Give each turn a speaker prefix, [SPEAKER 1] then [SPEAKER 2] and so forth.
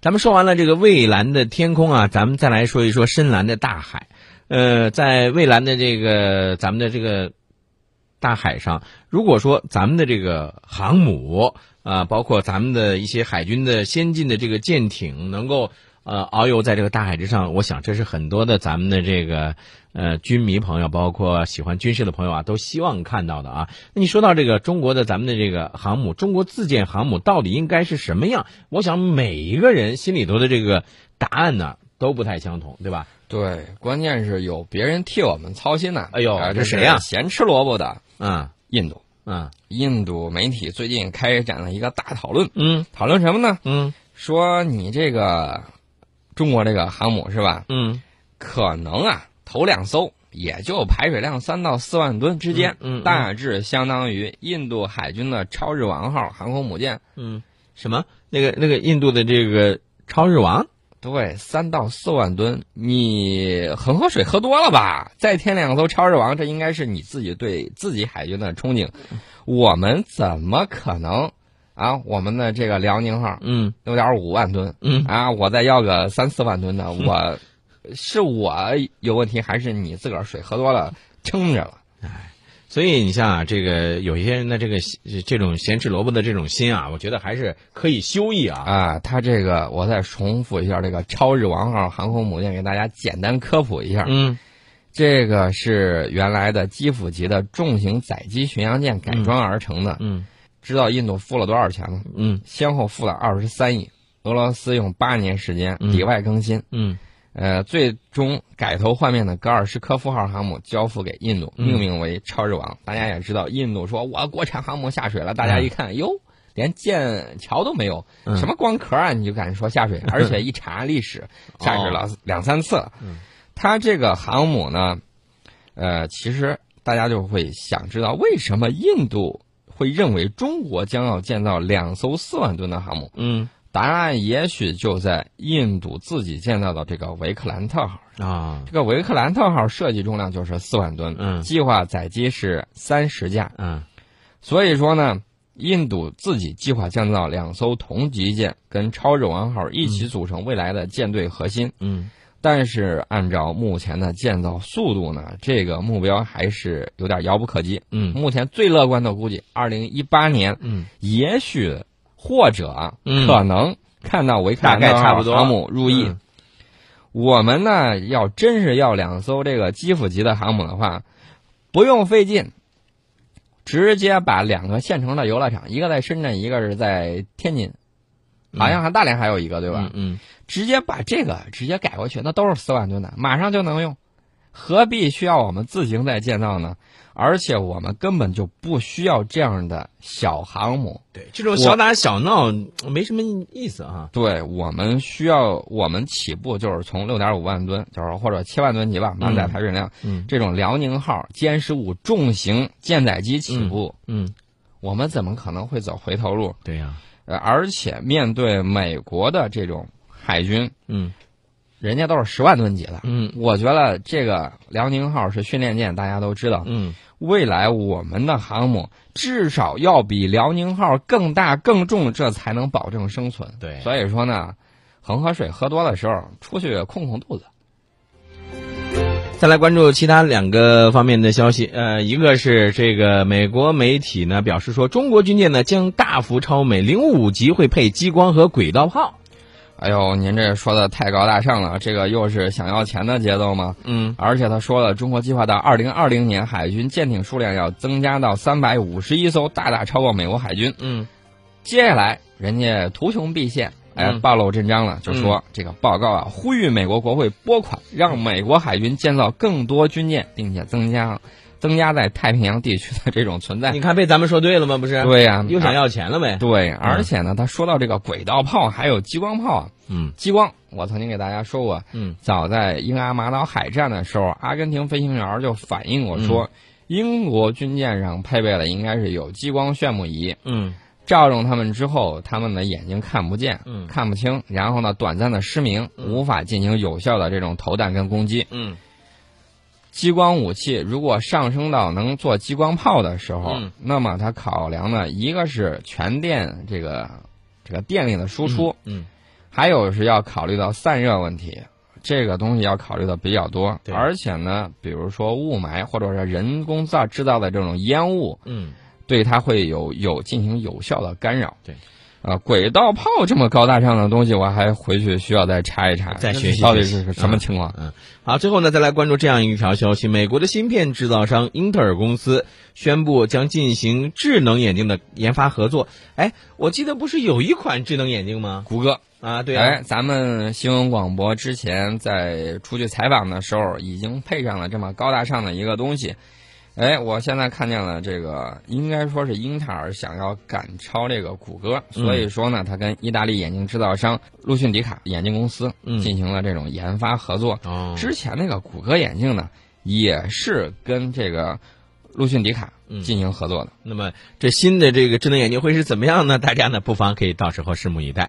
[SPEAKER 1] 咱们说完了这个蔚蓝的天空啊，咱们再来说一说深蓝的大海。呃，在蔚蓝的这个咱们的这个大海上，如果说咱们的这个航母啊、包括咱们的一些海军的先进的这个舰艇，能够呃遨游在这个大海之上，我想这是很多的咱们的这个呃军迷朋友，包括喜欢军事的朋友啊，都希望看到的啊。那你说到这个中国的咱们的这个航母，中国自建航母到底应该是什么样？我想每一个人心里头的这个答案呢都不太相同，对吧？
[SPEAKER 2] 对，关键是有别人替我们操心呐、
[SPEAKER 1] 哎呦
[SPEAKER 2] 啊
[SPEAKER 1] 这
[SPEAKER 2] 这
[SPEAKER 1] 谁呀
[SPEAKER 2] 是咸吃萝卜的
[SPEAKER 1] 嗯
[SPEAKER 2] 印度，
[SPEAKER 1] 嗯
[SPEAKER 2] 印度媒体最近开展了一个大讨论，
[SPEAKER 1] 嗯
[SPEAKER 2] 讨论什么呢？
[SPEAKER 1] 嗯
[SPEAKER 2] 说你这个中国这个航母是吧？
[SPEAKER 1] 嗯
[SPEAKER 2] 可能啊，头两艘也就排水量三到四万吨之间，
[SPEAKER 1] 嗯嗯嗯
[SPEAKER 2] 大致相当于印度海军的超日王号航空母舰。
[SPEAKER 1] 嗯，什么？那个那个印度的这个超日王？
[SPEAKER 2] 对，三到四万吨，你恒河水喝多了吧？再添两艘超日王，这应该是你自己对自己海军的憧憬。我们怎么可能啊？我们的这个辽宁号
[SPEAKER 1] 嗯
[SPEAKER 2] 六点五万吨，
[SPEAKER 1] 嗯
[SPEAKER 2] 啊，我再要个三四万吨的，我是我有问题，还是你自个儿水喝多了撑着了？
[SPEAKER 1] 所以你像啊，这个有一些人的这个这种咸吃萝卜的这种心啊，我觉得还是可以修一啊。
[SPEAKER 2] 啊，他这个我再重复一下，这个超日王号航空母舰给大家简单科普一下，
[SPEAKER 1] 嗯
[SPEAKER 2] 这个是原来的基辅级的重型载机巡洋舰改装而成的，
[SPEAKER 1] 嗯
[SPEAKER 2] 知道印度付了多少钱吗？
[SPEAKER 1] 嗯
[SPEAKER 2] 先后付了二十三亿，俄罗斯用八年时间里外更新，
[SPEAKER 1] 嗯
[SPEAKER 2] 呃，最终改头换面的格尔什科夫号航母交付给印度，
[SPEAKER 1] 嗯
[SPEAKER 2] 命名为“超日王”。大家也知道，印度说我国产航母下水了，大家一看，哟，连剑桥都没有，
[SPEAKER 1] 嗯
[SPEAKER 2] 什么光壳啊，你就敢说下水？而且一查历史，下水
[SPEAKER 1] 哦
[SPEAKER 2] 了两三次了。
[SPEAKER 1] 嗯
[SPEAKER 2] 它这个航母呢，呃，其实大家就会想知道，为什么印度会认为中国将要建造两艘四万吨的航母？
[SPEAKER 1] 嗯
[SPEAKER 2] 答案也许就在印度自己建造的这个维克兰特号。
[SPEAKER 1] 啊
[SPEAKER 2] 这个维克兰特号设计重量就是四万吨，
[SPEAKER 1] 嗯
[SPEAKER 2] 计划载机是三十架。
[SPEAKER 1] 嗯
[SPEAKER 2] 所以说呢，印度自己计划建造两艘同级舰，跟超日王号一起组成未来的舰队核心。
[SPEAKER 1] 嗯
[SPEAKER 2] 但是按照目前的建造速度呢，这个目标还是有点遥不可及。
[SPEAKER 1] 嗯
[SPEAKER 2] 目前最乐观的估计，二零一八年
[SPEAKER 1] 嗯
[SPEAKER 2] 也许或者啊
[SPEAKER 1] 嗯
[SPEAKER 2] 可能看到维克兰
[SPEAKER 1] 大
[SPEAKER 2] 特
[SPEAKER 1] 概差不
[SPEAKER 2] 号
[SPEAKER 1] 多
[SPEAKER 2] 航母入役。
[SPEAKER 1] 嗯
[SPEAKER 2] 我们呢，要真是要两艘这个基辅级的航母的话，不用费劲，直接把两个现成的游乐场，一个在深圳，一个是在天津，好像还大连还有一个对吧？
[SPEAKER 1] 嗯
[SPEAKER 2] 直接把这个直接改过去，那都是四万吨的，马上就能用，何必需要我们自行再建造呢？而且我们根本就不需要这样的小航母，
[SPEAKER 1] 对，这种小打小闹没什么意思啊。
[SPEAKER 2] 对我们需要，我们起步就是从六点五万吨，就是或者七万吨级吧，满载排水量。
[SPEAKER 1] 嗯
[SPEAKER 2] 这种辽宁号歼十五重型舰载机起步，
[SPEAKER 1] 嗯，
[SPEAKER 2] 我们怎么可能会走回头路？
[SPEAKER 1] 对呀、
[SPEAKER 2] 呃，而且面对美国的这种海军，
[SPEAKER 1] 嗯
[SPEAKER 2] 人家都是十万吨级的。
[SPEAKER 1] 嗯
[SPEAKER 2] 我觉得这个辽宁号是训练舰，大家都知道。
[SPEAKER 1] 嗯
[SPEAKER 2] 未来我们的航母至少要比辽宁号更大更重，这才能保证生存。
[SPEAKER 1] 对
[SPEAKER 2] 所以说呢，恒河水喝多的时候出去空空肚子。
[SPEAKER 1] 再来关注其他两个方面的消息，呃，一个是这个美国媒体呢表示说，中国军舰呢将大幅超美，零五级会配激光和轨道炮。
[SPEAKER 2] 哎呦，您这说的太高大上了，这个又是想要钱的节奏吗？
[SPEAKER 1] 嗯
[SPEAKER 2] 而且他说了，中国计划到二零二零年海军舰艇数量要增加到三百五十一艘，大大超过美国海军。
[SPEAKER 1] 嗯
[SPEAKER 2] 接下来，人家图穷匕见，哎，
[SPEAKER 1] 嗯
[SPEAKER 2] 暴露真章了，就说、这个报告啊，呼吁美国国会拨款，让美国海军建造更多军舰，并且增加增加在太平洋地区的这种存在
[SPEAKER 1] 哎你。看被咱们说对了吗？不是，
[SPEAKER 2] 对呀、
[SPEAKER 1] 又想
[SPEAKER 2] 啊
[SPEAKER 1] 要钱了呗。
[SPEAKER 2] 对，而且呢，他说到这个轨道炮还有激光炮啊，
[SPEAKER 1] 嗯
[SPEAKER 2] 激光，我曾经给大家说过，
[SPEAKER 1] 嗯
[SPEAKER 2] 早在英阿马岛海战的时候，阿根廷飞行员就反映过说，英国军舰上配备的应该是有激光炫目仪，
[SPEAKER 1] 嗯
[SPEAKER 2] 照中他们之后，他们的眼睛看不见，
[SPEAKER 1] 嗯
[SPEAKER 2] 看不清，然后呢，短暂的失明，无法进行有效的这种投弹跟攻击。
[SPEAKER 1] 嗯
[SPEAKER 2] 激光武器如果上升到能做激光炮的时候，
[SPEAKER 1] 嗯
[SPEAKER 2] 那么它考量呢，一个是全电这个这个电力的输出，
[SPEAKER 1] 嗯
[SPEAKER 2] 还有是要考虑到散热问题，这个东西要考虑的比较多。
[SPEAKER 1] 对
[SPEAKER 2] 而且呢，比如说雾霾或者是人工造制造的这种烟雾，
[SPEAKER 1] 嗯，
[SPEAKER 2] 对它会有有进行有效的干扰。
[SPEAKER 1] 对，
[SPEAKER 2] 啊、轨道炮这么高大上的东西，我还回去需要再查一查，
[SPEAKER 1] 再学习
[SPEAKER 2] 到底
[SPEAKER 1] 学习
[SPEAKER 2] 是什么
[SPEAKER 1] 嗯
[SPEAKER 2] 情况。
[SPEAKER 1] 好，最后呢，再来关注这样一条消息：美国的芯片制造商英特尔公司宣布将进行智能眼镜的研发合作。哎，我记得不是有一款智能眼镜吗？
[SPEAKER 2] 谷歌，
[SPEAKER 1] 啊，对啊，
[SPEAKER 2] 哎，咱们新闻广播之前在出去采访的时候，已经配上了这么高大上的一个东西。哎，我现在看见了这个，应该说是英特尔想要赶超这个谷歌，所
[SPEAKER 1] 嗯
[SPEAKER 2] 以说呢，它跟意大利眼镜制造商路讯迪卡眼镜公司
[SPEAKER 1] 嗯
[SPEAKER 2] 进行了这种研发合作。
[SPEAKER 1] 哦
[SPEAKER 2] 之前那个谷歌眼镜呢，也是跟这个路讯迪卡
[SPEAKER 1] 嗯
[SPEAKER 2] 进行合作的。
[SPEAKER 1] 那么这新的这个智能眼镜会是怎么样呢？大家呢不妨可以到时候拭目以待。